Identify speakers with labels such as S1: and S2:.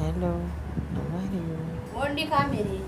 S1: hello हमारी
S2: ओंडी खा मेरी